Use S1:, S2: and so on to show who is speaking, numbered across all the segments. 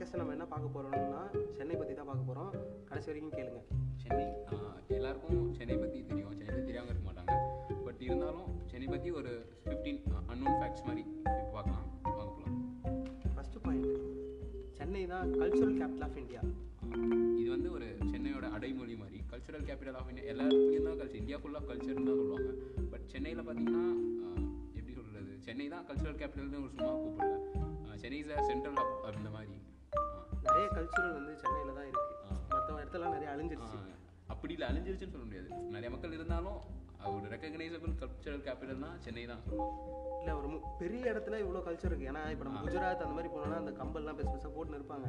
S1: பார்க்க போகிறோம்னா சென்னை பற்றி தான் பார்க்க போகிறோம் கடைசி வரைக்கும் கேளுங்க
S2: சென்னை ஆஹ், எல்லாருக்கும் சென்னை பற்றி தெரியும் சென்னை பற்றி தெரியாமல் இருக்க மாட்டாங்க பட் இருந்தாலும் சென்னை பற்றி ஒரு ஃபிஃப்டீன் அன்னோன் ஃபேக்ட்ஸ் மாதிரி பார்க்கலாம் வாங்க போகலாம்
S1: ஃபஸ்ட்டு பாயிண்ட் சென்னை தான் கல்ச்சுரல் கேபிட்டல் ஆஃப் இந்தியா
S2: இது வந்து ஒரு சென்னையோட அடைமொழி மாதிரி கல்ச்சுரல் கேபிட்டல் ஆஃப் இந்தியா எல்லா இடத்துலையும் தான் கல்ச்சர் இந்தியா ஃபுல்லாக கல்ச்சர்னு தான் சொல்லுவாங்க பட் சென்னையில் பார்த்தீங்கன்னா ஆஹ், எப்படி சொல்கிறது சென்னை தான் கல்ச்சுரல் கேபிட்டல்னு ஒரு சும்மா கூப்பிடல ah, Chennai is central hub அப்படின்ற மாதிரி ஆஹ்,
S1: நிறைய கல்ச்சுரல் வந்து சென்னையில் தான் இருக்குது
S2: ஆஹ்,
S1: மற்ற இடத்துலாம் நிறைய அழிஞ்சிருச்சு
S2: ஆஹ், அப்படி இல்லை அழிஞ்சிருச்சுன்னு சொல்ல முடியாது நிறைய மக்கள் இருந்தாலும் ஆஹ், ஒரு ரெக்கக்னைசபிள் கல்ச்சுரல் கேபிட்டல்னா சென்னை தான் சொல்லுவாங்க
S1: இல்லை ஒரு மு- பெரிய இடத்துல இவ்வளோ கல்ச்சர் இருக்குது ஏன்னா இப்போ நம்ம குஜராத் அந்த மாதிரி போனோம்னா அந்த கம்பல்லாம் பெருசு பெருசாக போட்டு நிற்பாங்க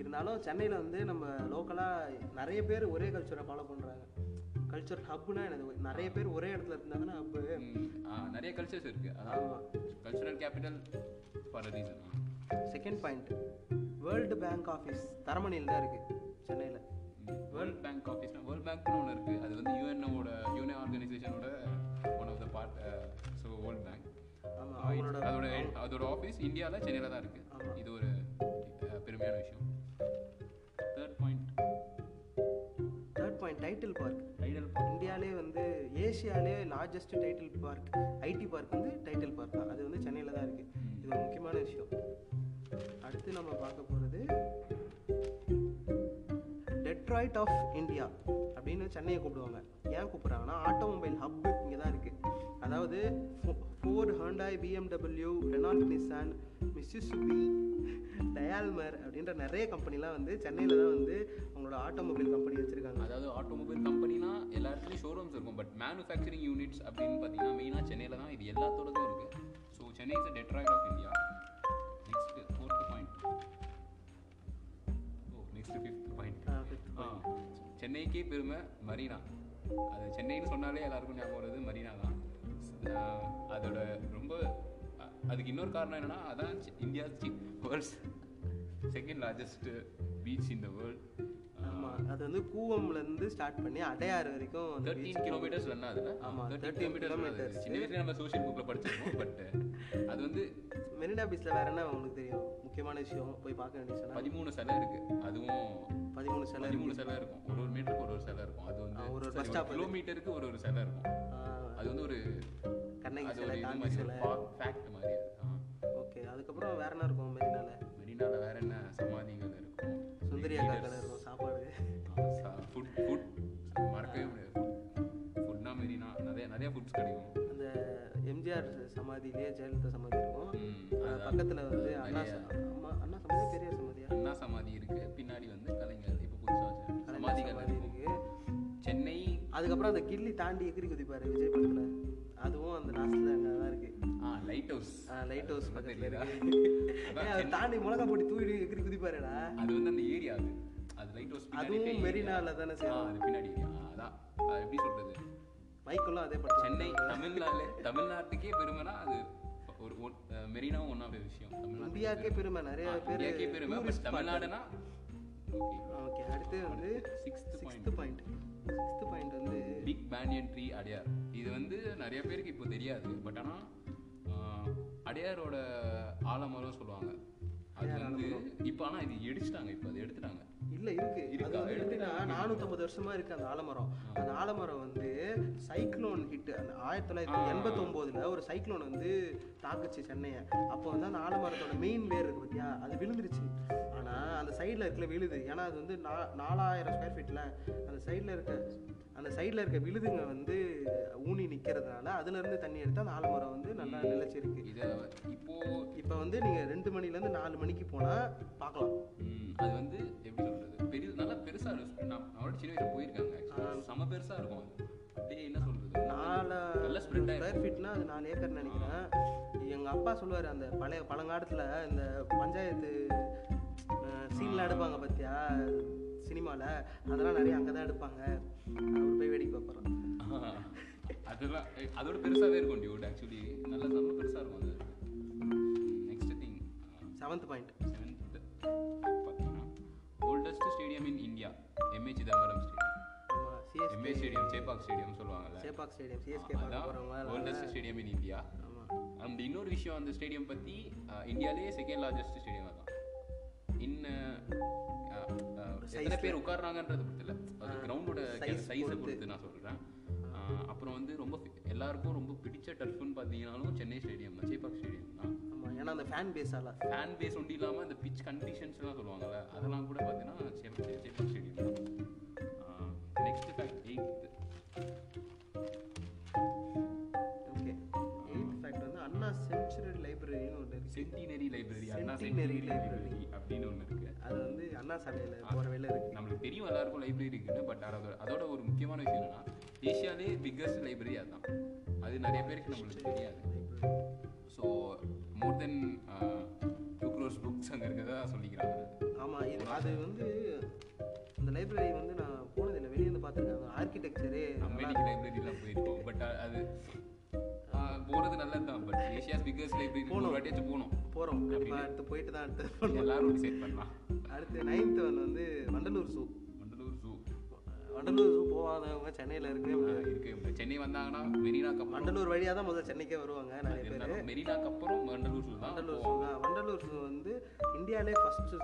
S1: இருந்தாலும் சென்னையில் வந்து நம்ம லோக்கலாக நிறைய பேர் ஒரே கல்ச்சரை ஃபாலோ பண்ணுறாங்க கல்ச்சர் ஹப்புனா என்னது நிறைய பேர் ஒரே இடத்துல இருந்தாங்கன்னா ஹப்பு
S2: ம், ஆ, நிறைய கல்ச்சர்ஸ் இருக்கு அதான்
S1: ஆமாம்
S2: cultural capital for reason
S1: second point world bank office தரமணியில் தான் இருக்குது சென்னையில்
S2: வேர்ல்ட் பேங்க் ஆஃபீஸ்னா வேர்ல்ட் பேங்க்னு ஒன்று இருக்கு அது வந்து யுஎன்ஓட யூனியன் ஆர்கனைசேஷனோட one of the part so world bank
S1: ஆமாம் அவங்களோட
S2: அதோட அதோட ஆஃபீஸ் இந்தியாவில் சென்னையில் தான் இருக்கு
S1: ஆமா.
S2: இது ஒரு அஹ், பெருமையான விஷயம் third point
S1: third point Tidel park
S2: ஐடல் பார்க்
S1: இந்தியாலே வந்து ஏசியாலே largest Tidel park IT park வந்து டைட்டில் பார்க் தான் அது வந்து சென்னையில் தான் இருக்குது இது ஒரு முக்கியமான விஷயம் அடுத்து நம்ம பார்க்க போகிறது டெட்ராய்ட் ஆஃப் இந்தியா அப்படின்னு சென்னையை கூப்பிடுவாங்க ஏன் கூப்பிட்றாங்கன்னா ஆட்டோமொபைல் ஹப் இங்கே தான் இருக்குது அதாவது Ford Hyundai BMW Renault Nissan Mitsubishi Daimler அப்படின்ற நிறைய கம்பெனிலாம் வந்து சென்னையில் தான் வந்து அவங்களோட ஆட்டோமொபைல் கம்பெனி வச்சுருக்காங்க
S2: அதாவது ஆட்டோமொபைல் கம்பெனினா எல்லா இடத்துலையும் ஷோரூம்ஸ் இருக்கும் பட் மேனுஃபேக்சரிங் யூனிட்ஸ் அப்படின்னு பார்த்தீங்கன்னா மெயினாக சென்னையில் தான் இது எல்லாத்தோடதும் இருக்கு so Chennai is Detroit of India next fourth point oh next fifth point சென்னைக்கே பெருமை மரீனா அது சென்னைன்னு சொன்னாலே எல்லாருக்கும் ஞாபகம் வருது மரீனா தான் ஆஹ் அதோட ரொம்ப அ- அதுக்கு இன்னொரு காரணம் என்னன்னா அதான் India world's second largest beach in the world
S1: ஆமாம் அது வந்து கூவம்லேருந்து ஸ்டார்ட் பண்ணி அடையாறு வரைக்கும் அந்த
S2: தேர்ட்டீன் கிலோமீட்டர்ஸ் ரன் ஆகுதுல
S1: ஆமா,
S2: ஆமாம் தேர்ட்டீன்
S1: 13
S2: கிலோமீட்டர்ஸ் ரன்
S1: kilometers.
S2: ஆகுது சின்ன வயசுல நம்ம சோஷியல் புக்கில் படிச்சிருக்கோம் பட் அது வந்து
S1: மெரினா பீச்சில் வேற என்ன உங்களுக்கு தெரியும் முக்கியமான விஷயம் போய் பார்க்க வேண்டிய விஷயம்
S2: பதிமூணு சிலை இருக்கு அதுவும்
S1: பதிமூணு சில
S2: பதிமூணு சிலை இருக்கும் ஒரு ஒரு மீட்டருக்கு ஒரு ஒரு சிலை இருக்கும் அது
S1: ஆ,
S2: வந்து
S1: ஒரு ஒரு
S2: சரி,
S1: bus stop இருக்கு.
S2: கிலோமீட்டருக்கு ஒரு ஒரு சிலை இருக்கும் அது வந்து ஒரு
S1: கண்ணகி
S2: அது ஒரு
S1: சிலை
S2: இது
S1: காந்தி
S2: மாதிரி
S1: சிலை
S2: ஃபேக்ட் மாதிரி ஆ
S1: ஓகே அதுக்கப்புறம் வேற என்ன இருக்கும் மெரினால
S2: மெரினால வேற என்ன சமாதிகள் இருக்கும்
S1: சுந்தரி அக்கா கடை இருக்கும் சாப்பாடு
S2: ஃபுட் ஃபுட் மறக்கவே முடியாது ஃபுட்னா மெரினா நிறைய நிறைய ஃபுட்ஸ் கிடைக்கும்
S1: அந்த எம்ஜிஆர் சமாதியிலே ஜெயலலிதா சமாதி இருக்கும்
S2: ம்,
S1: அது
S2: அதான்.
S1: பக்கத்துல வந்து அண்ணா
S2: நிறைய-
S1: ச- அம்மா அண்ணா சமாதி பெரியார் சமாதியா
S2: அண்ணா சமாதி இருக்கு பின்னாடி வந்து கலைஞர் இப்போ புதுசாக வச்ச சமாதிகள்
S1: சமாதி
S2: இருக்கும்
S1: இருக்கு
S2: சென்னை
S1: அதுக்கப்புறம் அந்த கில்லி தாண்டி எகிரி குதிப்பாரு விஜய் படத்துல அதுவும் அந்த லாஸ்ட்ல அங்கே தான் இருக்கு
S2: ஆ லைட் ஹவுஸ்
S1: லைட் ஹவுஸ் பக்கத்துல
S2: தெரியல
S1: இருக்கு ஏய், அதை தாண்டி மிளகா போட்டு தூவி எகிரி குதிப்பாருடா
S2: அது வந்து அந்த ஏரியா அது அது லைட் ஹவுஸ்
S1: அதுவும் மெரினால தானே
S2: ஆ
S1: சார்
S2: அது பின்னாடி area. ஆ, அதான் அது எப்படி சொல்றது
S1: மைக்கெல்லாம் அதே படம்
S2: சென்னை தமிழ்நாடு தமிழ்நாட்டுக்கே பெருமைனா அது ஒரு ஒன்- அஹ் மெரினாவும் ஒன் ஆஃப் விஷயம் தமிழ்நாடு
S1: இந்தியாவுக்கே பெருமை நிறைய பேர்
S2: இந்தியாக்கே பெருமை பட் தமிழ்நாடுனா ஓகே
S1: ஓகே அடுத்து வந்து
S2: sixth point
S1: sixth point sixth point வந்து
S2: பிக் பேனியன் ட்ரீ அடையார் இது வந்து நிறைய பேருக்கு இப்போ தெரியாது பட் ஆனால் அடையாரோட ஆலமரம் சொல்லுவாங்க அது வந்து இப்போ ஆனால் இது எடுத்துட்டாங்க இப்போ அது எடுத்துட்டாங்க
S1: இல்ல இருக்கு அது வந்து எப்படின்னா நானூத்தம்பது வருஷமா இருக்கு அந்த ஆலமரம் அந்த ஆலமரம் வந்து சைக்ளோன் ஹிட் அந்த ஆயிரத்தி தொள்ளாயிரத்தி எண்பத்தி ஒரு சைக்ளோன் வந்து தாக்குச்சு சென்னையை அப்போ வந்து அந்த ஆலமரத்தோட மெயின் வேர் இருக்கு பாத்தியா அது விழுந்துருச்சு ஆனா அந்த சைடுல இருக்கல விழுது ஏன்னா அது வந்து நா- நாலாயிரம் ஸ்கொயர் ஃபீட்ல அந்த சைடுல இருக்க அந்த சைடுல இருக்க விழுதுங்க வந்து ஊனி நிக்கிறதுனால அதுல இருந்து தண்ணி எடுத்து அந்த ஆலமரம் வந்து நல்லா நிலைச்சிருக்கு
S2: இதை இப்போ
S1: இப்போ வந்து நீங்க ரெண்டு மணில இருந்து நாலு மணிக்கு போனா பார்க்கலாம்
S2: ம், அது வந்து எப்படி சொல்றது பெரிய நல்லா பெருசா இருக்கும் நான் அவரோட சின்ன வயசுல போயிருக்காங்க actually. செம பெருசா இருக்கும் அது அப்படியே என்ன சொல்றது
S1: நாலு
S2: நல்லா spread
S1: ஸ்கொயர் ஃபீட்னா அது நாலு ஏக்கர் நினைக்கிறேன் எங்கள் அப்பா சொல்லுவார் அந்த பழைய பழங்காலத்தில் இந்த பஞ்சாயத்து சீன்லாம் எடுப்பாங்க பார்த்தியா சினிமாவில் அதெல்லாம் நிறைய அங்கே தான் எடுப்பாங்க அவர் போய் வேடிக்கை பார்ப்பறோம்
S2: ஆஹ், அதெல்லாம் ஏய், அதோட பெருசாவே இருக்கும் டியூட் ஆக்சுவலி நல்லா செம பெருசா இருக்கும் அது next thing
S1: seventh point
S2: seventh பார்த்தீங்கன்னா oldest stadium in India MA Chidambaram stadium
S1: ஆமாம் CS
S2: MA stadium Chepauk stadium சொல்லுவாங்கல்ல
S1: சேபாக் ஸ்டேடியம் சிஎஸ்கே பார்க்க
S2: அதான்
S1: போகிறவங்க
S2: ஓல்டஸ்ட் ஸ்டேடியம் இன் இந்தியா
S1: ஆமாம்
S2: அண்ட் இன்னொரு விஷயம் அந்த ஸ்டேடியம் பற்றி இந்தியாவிலேயே செகண்ட் லார்ஜஸ்ட் ஸ்டேடியம் தான் இன்ன அஹ், அஹ், எத்தனை பேர் உட்கார்றாங்கன்றது பொறுத்து இல்லை அது கிரவுண்டோட சைஸை பொறுத்து நான் சொல்கிறேன் அப்புறம் வந்து ரொம்ப எல்லாருக்கும் ரொம்ப பிடிச்ச டர்ஃப்னு பார்த்தீங்கன்னாலும் சென்னை ஸ்டேடியம் தான் சேப்பாக் ஸ்டேடியம் தான்
S1: ஆமா ஏன்னா அந்த ஃபேன் பேஸால
S2: ஃபேன் பேஸ் ஒன்றும் இல்லாமல் இந்த பிச் கண்டிஷன்ஸ்லாம் சொல்லுவாங்கல்ல அதெல்லாம் கூட பார்த்தீங்கன்னா சேப்பாக் சேப்பாக் ஸ்டேடியம் தான் next fact eighth
S1: okay eighth fact வந்து அண்ணா சென்ச்சுரி லைப்ரரின்னு ஒன்று இருக்கு
S2: centenary library Anna
S1: Centenary
S2: centenary library அப்படின்னு ஒன்று இருக்குது
S1: அது வந்து அண்ணா சாலையில போற வேலை இருக்கு
S2: நம்மளுக்கு தெரியும் எல்லாருக்கும் லைப்ரரி இருக்குன்னு பட் அதோட அதோட ஒரு முக்கியமான விஷயம் என்னன்னா ஏஷியாலே பிக்கஸ்ட் லைப்ரரி அதுதான் அது நிறைய பேருக்கு நம்மளுக்கு தெரியாது so more than two crore books அங்கே இருக்கிறதா சொல்லிக்கிறாங்க
S1: ஆமா இது அது வந்து அந்த லைப்ரரி வந்து நான் போனதில்லை வெளியே இருந்து பார்த்துருக்கேன் ஆர்கிடெக்சரே
S2: நம்ம இன்னைக்கு லைப்ரரியெலாம் போயிருக்கோம் பட் அது ஆஹ், போறது நல்லது தான் பட் ஏஷியாஸ் பிக்கஸ்ட் லைப்ரரி ஒரு வாட்டியாச்சும் போகணும்
S1: போறோம் கண்டிப்பா அடுத்து போயிட்டு தான் அடுத்து
S2: எல்லாரும் டிசைட் பண்ணலாம்
S1: அடுத்து நைன்த் ஒன் வந்து வண்டலூர் ஜூ
S2: மண்டலூர் ஜூ
S1: வண்டலூர் ஜூ போகாதவங்க சென்னையில இருக்கு
S2: இருக்கு சென்னை வந்தாங்கன்னா மெரினாக்கு அப்புறம்
S1: வண்டலூர் வழியா தான் முதல்ல சென்னைக்கே வருவாங்க நிறைய பேர்
S2: இருந்தாலும் மெரினாக்கு அப்புறம் மண்டலூர் ஜூ தான்
S1: வண்டலூர் ஜூ தான் வண்டலூர் ஜூ வந்து இந்தியாலே first zoo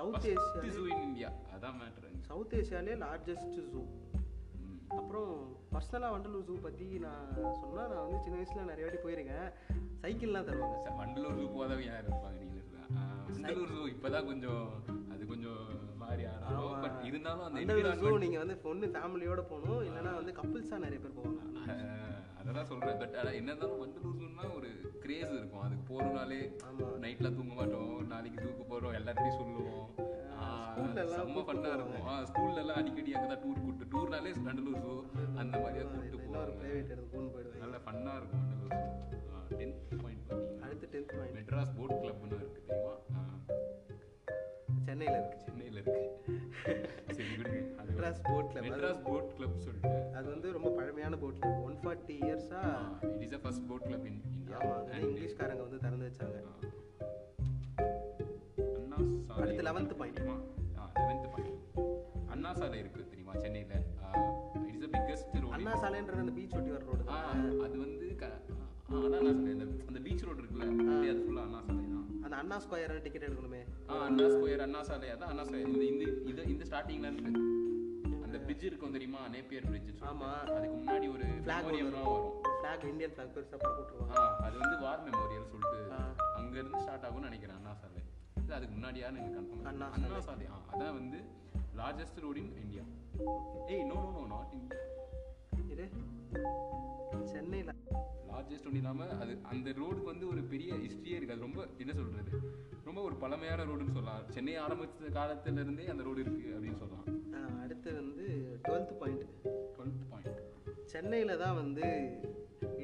S1: south Asia
S2: zoo in India அதான் மேட்ரு
S1: சவுத் ஏஷியாலே லார்ஜஸ்ட் ஜூ
S2: ம்
S1: அப்புறம் பர்சனலாக வண்டலூர் ஜூ பற்றி நான் சொன்னால் நான் வந்து சின்ன வயசில் நிறைய வாட்டி போயிருக்கேன் சைக்கிள்லாம் தருவாங்க
S2: சார் வண்டலூர் ஜூ போதவங்க யார் இருப்பாங்க நீங்கள் வண்டலூர் ஜூ இப்போதான் கொஞ்சம் அது கொஞ்சம் மாறி ஆரம்பிச்சோம் பட் இருந்தாலும் அந்த
S1: வண்டலூர் ஜூ நீங்கள் வந்து ஒன்று ஃபேமிலியோட போகணும் இல்லைன்னா வந்து கப்புள்ஸாக நிறைய பேர் போவாங்க
S2: ஆஹ், அதெல்லாம் சொல்கிறேன் பட் ஆனால் என்ன இருந்தாலும் வண்டலூர் ஜூன்னா ஒரு கிரேஸ் இருக்கும் அதுக்கு போகிறனாலே
S1: ஆமாம்
S2: நைட்டில் தூங்க மாட்டோம் நாளைக்கு ஜூக்கு போகிறோம் எல்லாத்தையும் சொல்லுவோம் ஆஹ், செம்ம ஃபன்னாக இருக்கும் ஆ ஸ்கூல்லலாம் அடிக்கடி அங்கே தான் டூர் கூட்டு டூர்னாலே வண்டலூர் ஜூ அந்த மாதிரியே கூப்பிட்டு போவோம்
S1: இன்னொரு ப்ரைவேட் எடுத்துக்கொண்டு போயிடுவேன்
S2: நல்ல ஃபன்னாக இருக்கும் வண்டலூர் ஜூ டென்த் பாயிண்ட் பார்த்தீங்கன்னா
S1: அடுத்து டென்த் பாயிண்ட்
S2: மெட்ராஸ் போட் கிளப்னு இருக்குது தெரியுமா ஆஹ்,
S1: சென்னையில் இருக்கு
S2: சென்னையில் இருக்கு சரி விடுங்க அது
S1: மெட்ராஸ் போட்டில்
S2: மெட்ராஸ் போட் கிளப் சொல்லிட்டு
S1: அது வந்து ரொம்ப பழமையான போட்டில் ஒன் ஃபார்ட்டி இயர்ஸாக
S2: it is a first boat club in India
S1: ஆமாம் இங்கிலீஷ்காரங்க வந்து திறந்து வச்சாங்க
S2: அண்ணா சாலை
S1: அடுத்து லெவன்த் பாயிண்ட்
S2: தெரியுமா லெவன்த் பாயிண்ட் அண்ணா சாலை இருக்கு தெரியுமா சென்னையில் it is a biggest road
S1: Anna சாலைன்ற அந்த பீச் ஒட்டி வர ரோடு தான்
S2: அது வந்து க- ஆ, அதான் அண்ணா சாலை அந்த அந்த பீச் ரோடு இருக்குல்ல அது ஃபுல்லாக அண்ணா சாலை தான்
S1: அந்த அண்ணா ஸ்கொயர் டிக்கெட் எடுக்கணுமே
S2: ஆ அண்ணா ஸ்கொயர் அண்ணா சாலை அதான் அண்ணா சாலை இந்த இந்த இது இந்த ஸ்டார்டிங்ல இருக்கு அந்த பிரிட்ஜ் இருக்கும் தெரியுமா நேப்பியர் பிரிட்ஜ்
S1: ஆமாம்
S2: அதுக்கு முன்னாடி ஒரு
S1: Flag ஒண்ணு
S2: மெமோரியம்லாம் வரும்
S1: ஃப்ளாக் இந்தியன் ஃப்ளாக் பெருசாக போட்டுருவாங்க
S2: ஆ அது வந்து வார் மெமோரியல் சொல்லிட்டு
S1: ஆ.
S2: அங்க இருந்து ஸ்டார்ட் ஆகும்னு நினைக்கிறேன் அண்ணா சாலை இல்ல அதுக்கு முன்னாடியான்னு எனக்கு கன்ஃபார்ம்
S1: அண்ணா
S2: அண்ணா அண்ணா சாலை ஆ அதான் வந்து லார்ஜஸ்ட் ரோடு இன் இந்தியா ஏய் no no no not in
S1: இது சென்னையில்
S2: லார்ஜஸ்ட் ஒன்று இல்லாமல் அது அந்த ரோடுக்கு வந்து ஒரு பெரிய ஹிஸ்ட்ரியே இருக்குது அது ரொம்ப என்ன சொல்கிறது ரொம்ப ஒரு பழமையான ரோடுன்னு சொல்லலாம் சென்னை ஆரம்பித்த காலத்துலேருந்தே அந்த ரோடு இருக்குது அப்படின்னு சொல்லலாம்
S1: அடுத்து வந்து டுவெல்த் பாயிண்ட்
S2: டுவெல்த் பாயிண்ட்
S1: சென்னையில் தான் வந்து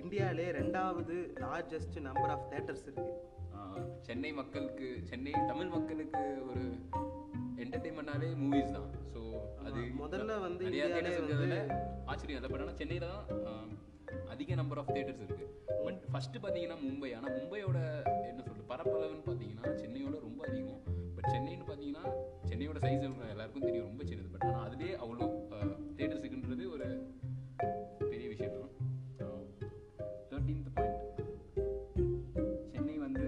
S1: இந்தியாவிலே ரெண்டாவது லார்ஜஸ்ட் நம்பர் ஆஃப் தேட்டர்ஸ் இருக்குது
S2: ஆஹ் சென்னை மக்களுக்கு சென்னை தமிழ் மக்களுக்கு ஒரு என்டர்டெயின்மெண்ட்னாலே மூவிஸ் தான் ஸோ அது
S1: முதல்ல வந்து
S2: நிறையா
S1: இந்தியாவிலே
S2: தேட்டர்ஸ் இருக்கிறதுல ஆச்சரியம் இல்லை பட் ஆனால் சென்னையில் தான் ஆஹ், அதிக நம்பர் ஆஃப் தேட்டர்ஸ் இருக்கு பட் ஃபர்ஸ்ட் பார்த்தீங்கன்னா மும்பை ஆனால் மும்பையோட என்ன சொல்றது பரப்பளவுன்னு பார்த்தீங்கன்னா சென்னையோட ரொம்ப அதிகம் பட் சென்னைன்னு பார்த்தீங்கன்னா சென்னையோட சைஸ் எல்லாருக்கும் தெரியும் ரொம்ப சின்னது பட் ஆனால் அதுலேயே அவ்வளோ தேட்டர்ஸ் இருக்குன்றது ஒரு பெரிய விஷயம் தான் தேர்ட்டீன்த் பாயிண்ட் சென்னை வந்து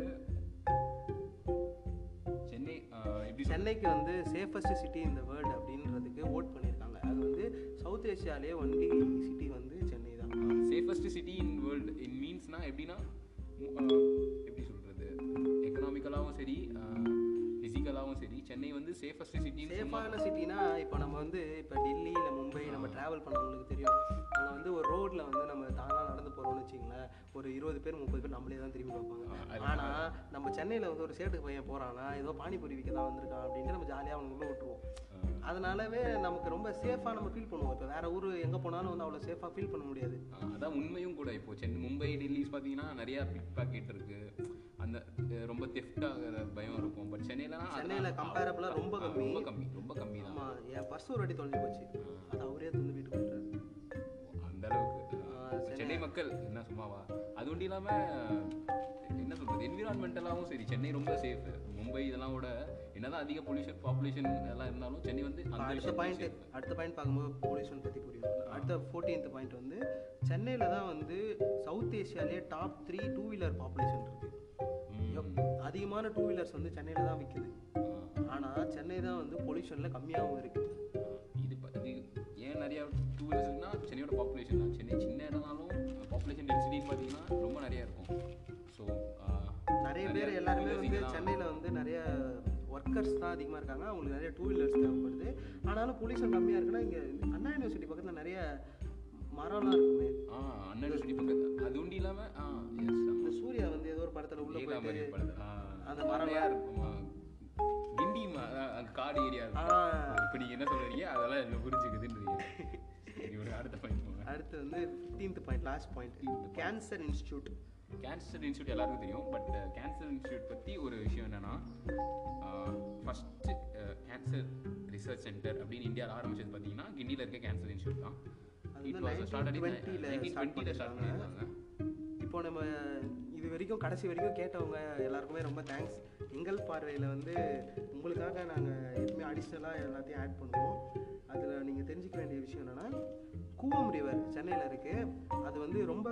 S2: சென்னை ஆஹ், எப்படி சொல்றது?
S1: சென்னைக்கு வந்து சேஃபஸ்ட் சிட்டி இந்த வேர்ல்டு அப்படின்றதுக்கு ஓட் பண்ணியிருக்காங்க அது வந்து சவுத் ஏஷியாலே ஒன்லி சிட்டி வந்து சென்னை தான்
S2: safest city in world in மீன்ஸ்னா எப்படின்னா மு- ஆ, எப்படி சொல்கிறது எக்கனாமிக்கலாகவும் சரி ஃபிசிக்கலாகவும் சரி சென்னை வந்து சேஃபஸ்ட் சிட்டின்னு சொன்னா
S1: சேஃபான சிட்டினா இப்போ நம்ம வந்து இப்போ டெல்லி இல்லை மும்பை நம்ம ட்ராவல் பண்ணவங்களுக்கு தெரியும் அங்கே வந்து ஒரு ரோட்டில் வந்து நம்ம தானாக நடந்து போகிறோம்னு வச்சிங்களேன் ஒரு இருபது பேர் முப்பது பேர் நம்மளே தான் திரும்பி பார்ப்பாங்க ஆனால் நம்ம சென்னையில் வந்து ஒரு சேட்டுக்கு பையன் போகிறானா ஏதோ பானிபூரி விற்க தான் வந்திருக்கான் அப்படின்ட்டு நம்ம ஜாலியாக அவனுக்குள்ள விட்டுருவோம் அதனாலவே நமக்கு ரொம்ப சேஃபாக நம்ம ஃபீல் பண்ணுவோம் இப்போ வேற ஊர் எங்கே போனாலும் வந்து அவ்வளோ சேஃபாக ஃபீல் பண்ண முடியாது
S2: ஆ, அதான் உண்மையும் கூட இப்போ சென்னை மும்பை டெல்லிஸ் பார்த்தீங்கன்னா நிறையா பிக் பாக்கெட் இருக்குது அந்த அஹ், ரொம்ப theft ஆகுற பயம் இருக்கும் பட் சென்னையிலலாம்
S1: சென்னையில் கம்பேரபிளாக ரொம்ப கம்மி
S2: ரொம்ப கம்மி ரொம்ப கம்மி தான்
S1: ஆமாம் என் பஸ் ஒரு வாட்டி தொலைஞ்சு போச்சு அது அவரே தந்து வீட்டுக்கு போயிட்டாரு.
S2: அந்த அளவுக்கு
S1: ஆ,
S2: இப்ப சென்னை மக்கள் என்ன சும்மாவா அது ஒன்றும் இல்லாமல் என்ன சொல்கிறது என்விரான்மெண்டலாகவும் சரி சென்னை ரொம்ப சேஃப் மும்பை இதெல்லாம் விட என்னதான் அதிக பொல்யூஷன் பாப்புலேஷன் எல்லாம் இருந்தாலும் சென்னை வந்து அந்த
S1: அடுத்த
S2: விஷயத்துல
S1: பாயிண்ட் அடுத்த பாயிண்ட் பார்க்கும்போது பொல்யூஷன் பற்றி புரியும் அடுத்த ஃபோர்டீன்த் பாயிண்ட் வந்து சென்னையில் தான் வந்து சவுத் ஏஷியாலே top three two wheeler population இருக்குது
S2: safe. ம்,
S1: அதிகமான டூ வீலர்ஸ் வந்து சென்னையில தான் விற்குது
S2: ஆ.
S1: ஆனா சென்னை தான் வந்து பொல்யூஷன்ல கம்மியாகவும் இருக்கு
S2: இது ப- இது ஏன் நிறையா டூ வீலர்ஸ்னா சென்னையோட பாப்புலேஷன் தான் சென்னை சின்ன இடம்னாலும் பாப்புலேஷன் டென்சிட்டின்னு பார்த்தீங்கன்னா ரொம்ப நிறையா இருக்கும் ஸோ
S1: நிறைய பேர் எல்லாருமே வந்து சென்னையில வந்து நிறைய ஒர்க்கர்ஸ் தான் அதிகமா இருக்காங்க அவங்களுக்கு நிறைய டூ வீலர்ஸ் தேவைப்படுது ஆனாலும் பொல்யூஷன் கம்மியா இருக்குன்னா இங்க அண்ணா யூனிவர்சிட்டி பக்கத்துல நிறைய மரம்லாம் இருக்குமே
S2: ஆ அண்ணன் சுற்றி பக்கத்து அது உண்டி இல்லாமல் ஆ எஸ்
S1: இந்த சூர்யா வந்து ஏதோ ஒரு படத்துல உள்ள
S2: ஏகா
S1: போயிட்டு
S2: மாதிரி படத்து
S1: அந்த
S2: அந்த
S1: மரம்
S2: மரம் இருக்கும் ஆ. கிண்டி ம- அதான் அந்த காடு ஏரியா இருக்கும்
S1: ஆஹ்
S2: இப்போ நீங்கள் என்ன சொல்றீங்க அதெல்லாம் என்ன புரிஞ்சுக்குதுன்றீங்க சரி, ஒரு அடுத்த பாயிண்ட் போங்க
S1: அடுத்து வந்து 15th point last point cancer institute
S2: cancer institute எல்லாருக்கும் தெரியும் uh, பட் கேன்சர் இன்ஸ்டியூட் பற்றி ஒரு விஷயம் என்னென்னா ஃபஸ்ட்டு கேன்சர் ரிசர்ச் சென்டர் அப்படின்னு இந்தியாவில் ஆரம்பிச்சது பார்த்தீங்கன்னா கிண்டியில் இருக்க கேன்சர் இன்ஸ்டியூட் தான்
S1: அது
S2: இட்
S1: வந்து
S2: வாஸ் ஸ்டார்ட்
S1: 1920 ல
S2: நைன்டீன்
S1: start
S2: டுவெண்ட்டியில் ஸ்டார்ட் பண்ணியிருந்தாங்க
S1: இப்போ நம்ம இது வரைக்கும் கடைசி வரைக்கும் கேட்டவங்க எல்லாருக்குமே ரொம்ப தேங்க்ஸ் எங்கள் பார்வையில் வந்து உங்களுக்காக நாங்கள் எப்பவுமே அடிஷ்னலாக எல்லாத்தையும் ஆட் பண்ணுவோம் அதில் நீங்கள் தெரிஞ்சுக்க வேண்டிய விஷயம் என்னென்னா கூவம் ரிவர் சென்னையில் இருக்குது அது வந்து ரொம்ப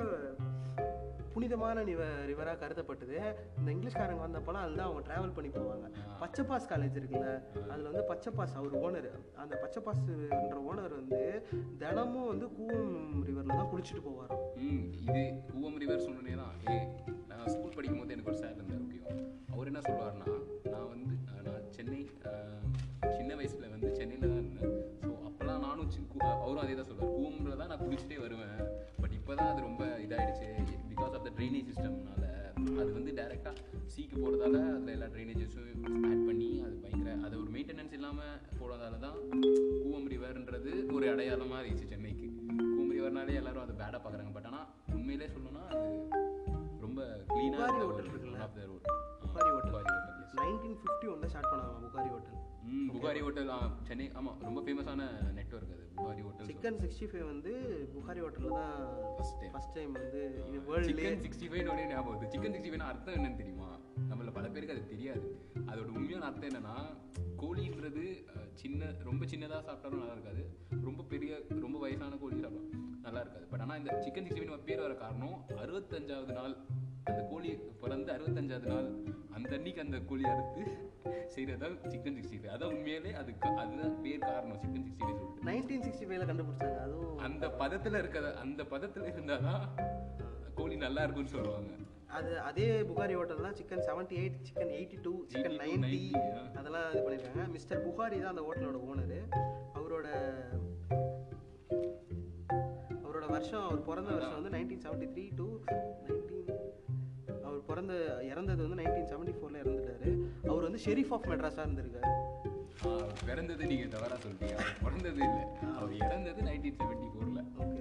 S1: புனிதமான நிவ ரிவராக கருதப்பட்டது இந்த இங்கிலீஷ்காரங்க வந்தப்போலாம் அதுதான் அவங்க ட்ராவல் பண்ணி போவாங்க பச்சைப்பாஸ் காலேஜ் இருக்குல்ல அதில் வந்து பச்சைப்பாஸ் அவர் ஓனர் அந்த பச்சைப்பாஸ்ன்ற ஓனர் வந்து தினமும் வந்து கூவம் ரிவரில் தான் குளிச்சுட்டு போவாராம்
S2: ம் இது கூவம் ரிவர் சொன்னே தான் ஏ நான் ஸ்கூல் படிக்கும் போது எனக்கு ஒரு சார் இருந்தார் ஓகே அவர் என்ன சொல்லுவார்னா நான் வந்து அஹ், நான் சென்னை அஹ், சின்ன வயசில் வந்து சென்னையில் தான் இருந்தேன் ஸோ அப்போல்லாம் நானும் சி- கூ- அவரும் அதே தான் சொல்லுவார் கூவம்ல தான் நான் குளிச்சுட்டே வருவேன் பட் இப்போ தான் அது ரொம்ப இதாயிடுச்சு பிகாஸ் ஆஃப் த ட்ரைனேஜ் சிஸ்டம்னால அது வந்து டேரெக்டாக சீக்கு போகிறதால அதில் எல்லா ட்ரைனேஜஸும் ஆட் பண்ணி அது பயங்கர அது ஒரு மெயின்டெனன்ஸ் இல்லாமல் போனதால தான் கூவம் ரிவர்ன்றது ஒரு அடையாளமாக இருந்துச்சு சென்னைக்கு கூவம் ரிவர்னாலே எல்லாரும் அதை பேடாக பார்க்குறாங்க பட் ஆனால் உண்மையிலே சொல்லணும்னா அது ரொம்ப க்ளீனாக
S1: உப்பாரி hotel
S2: இருந்த ஒரு
S1: இருக்குல்ல?
S2: ஒன் ஆஃப் த ரோட்
S1: உப்பாரி hotel. நைன்டீன் ஃபிஃப்டி ஒன்ல ஸ்டார்ட் பண்ணாங்க புகாரி ஹோட்டல்
S2: ம் புகாரி ஹோட்டல் சென்னை ஆமாம் ரொம்ப ஃபேமஸான நெட்வொர்க் அது Bukhari hotel
S1: chicken sixty five வந்து புகாரி ஹோட்டலில் தான்
S2: ஃபஸ்ட் டைம்
S1: ஃபர்ஸ்ட் டைம் வந்து இது வேர்ல்ட்லேயே
S2: சிக்கன் சிக்ஸ்டி ஃபைவ் உடனே ஞாபகம் வருது சிக்கன் சிக்ஸ்டி ஃபைவ் அர்த்தம் என்னன்னு தெரியுமா நம்மள பல பேருக்கு அது தெரியாது அதோட உண்மையான அர்த்தம் என்னன்னா கோழின்றது அஹ், சின்ன ரொம்ப சின்னதாக சாப்பிட்டாலும் நல்லா இருக்காது ரொம்ப பெரிய ரொம்ப வயசான கோழி சாப்பிடும் நல்லா இருக்காது பட் ஆனால் இந்த சிக்கன் சிக்ஸ்டி ஃபைவ் நம்ம பேர் வர காரணம் அறுபத்தஞ்சாவது நாள் அந்த கோழி பிறந்து அறுபத்தஞ்சாவது நாள் அந்த அன்னைக்கு அந்த கோழி அறுத்து செய்கிறதா சிக்கன் சிக்ஸ்டி ஃபைவ் அதான் உண்மையிலே அதுக்கு அதுதான் பேர் காரணம் சிக்கன் சிக்ஸ்டி ஃபைவ் சொல்லிட்டு
S1: நைன்டீன் சிக்ஸ்டி ஃபைவ்ல கண்டுபிடிச்சாங்க அதுவும்
S2: அந்த பதத்துல இருக்கிற அந்த பதத்துல இருந்தாதான் கோழி நல்லா இருக்கும்னு சொல்லுவாங்க
S1: அது அதே புகாரி ஹோட்டல் தான் chicken seventy eight chicken eighty two chicken ninety அதெல்லாம் இது பண்ணியிருக்காங்க மிஸ்டர் புகாரி தான் அந்த ஹோட்டலோட ஓனரு அவரோட அவரோட வருஷம் அவர் பிறந்த வருஷம் வந்து nineteen seventy three to nineteen அவர் பிறந்த இறந்தது வந்து நைன்டீன் செவன்ட்டி ஃபோரில் இறந்துட்டாரு அவர் வந்து ஷெரீஃப் ஆஃப் மெட்ராஸாக இருந்திருக்காரு
S2: ஆ, பிறந்தது நீங்க தவறா சொல்லிட்டீங்க அவர் பிறந்தது இல்ல அவர் இறந்தது நைன்டீன் செவன்டி ஃபோர்ல
S1: ஓகே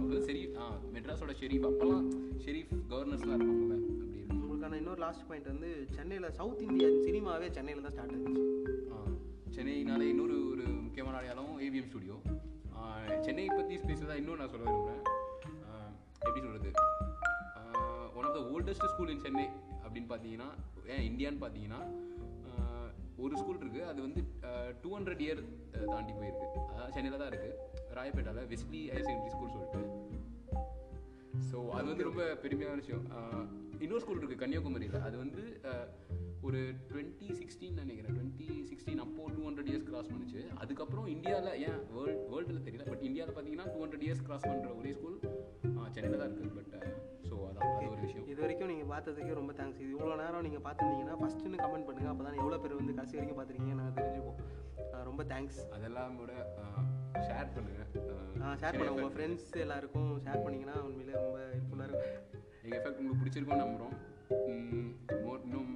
S2: அவர் சரி ஆ மெட்ராஸோட ஷெரீஃப் அப்பெல்லாம் ஷெரீஃப் கவர்னர்ஸ்லாம் இருப்பாங்கல்ல அப்படி இருக்கும்
S1: உங்களுக்கான இன்னொரு லாஸ்ட் பாயிண்ட் வந்து சென்னையில் சவுத் இந்தியன் சினிமாவே சென்னையில் தான் ஸ்டார்ட் ஆச்சு
S2: ஆ, சென்னையினால இன்னொரு ஒரு முக்கியமான அடையாளம் ஏவிஎம் ஸ்டுடியோ சென்னை பற்றி ஸ்பேஸாக இன்னும் நான் சொல்ல விரும்புகிறேன் எப்படி சொல்கிறது one of the oldest school in Chennai அப்படின்னு பார்த்தீங்கன்னா ஏன் இந்தியான்னு பார்த்தீங்கன்னா ஆ, ஒரு ஸ்கூல் இருக்குது அது வந்து டூ ஹண்ட்ரட் இயர் தாண்டி போயிருக்கு அதாவது சென்னையில் தான் இருக்குது ராயப்பேட்டாவில் வெஸ்லி ஹையர் செகண்டரி ஸ்கூல் சொல்லிட்டு ஸோ அது வந்து ரொம்ப பெருமையான விஷயம் ஆஹ் இன்னொரு ஸ்கூல் இருக்குது கன்னியாகுமரியில் அது வந்து ஆஹ் ஒரு டுவெண்ட்டி சிக்ஸ்டீன் நினைக்கிறேன் டுவெண்ட்டி சிக்ஸ்டீன் அப்போ டூ ஹண்ட்ரட் இயர்ஸ் கிராஸ் பண்ணுச்சு அதுக்கப்புறம் இந்தியாவில் ஏன் வேர்ல்ட் வேர்ல்டில் தெரியல பட் இந்தியாவில் பார்த்தீங்கன்னா டூ ஹண்ட்ரட் இயர்ஸ் கிராஸ் பண்ணுற ஒரே ஸ்கூல் சென்னையில் தான் இருக்குது பட் ஸோ அதான் அது ஒரு விஷயம்
S1: இது வரைக்கும் நீங்கள் பார்த்ததுக்கே ரொம்ப தேங்க்ஸ் இது இவ்வளோ நேரம் நீங்கள் பார்த்துருந்தீங்கன்னா ஃபஸ்ட்டுன்னு கமெண்ட் பண்ணுங்க அப்போ தான் எவ்வளோ பேர் வந்து கடைசி வரைக்கும் பார்த்துருக்கீங்க நாங்கள் தெரிஞ்சுப்போம் ஆஹ் ரொம்ப தேங்க்ஸ்
S2: அதெல்லாம் கூட ஷேர் பண்ணுங்கள்
S1: ஷேர் பண்ண உங்கள் ஃப்ரெண்ட்ஸ் எல்லாருக்கும் ஷேர் பண்ணீங்கன்னா உண்மையிலே ரொம்ப ஹெல்ப்ஃபுல்லாக இருக்கும்
S2: எங்கள் எஃபெக்ட் உங்களுக்கு பிடிச்சிருக்கும்னு நம்புகிறோம் இன்னும்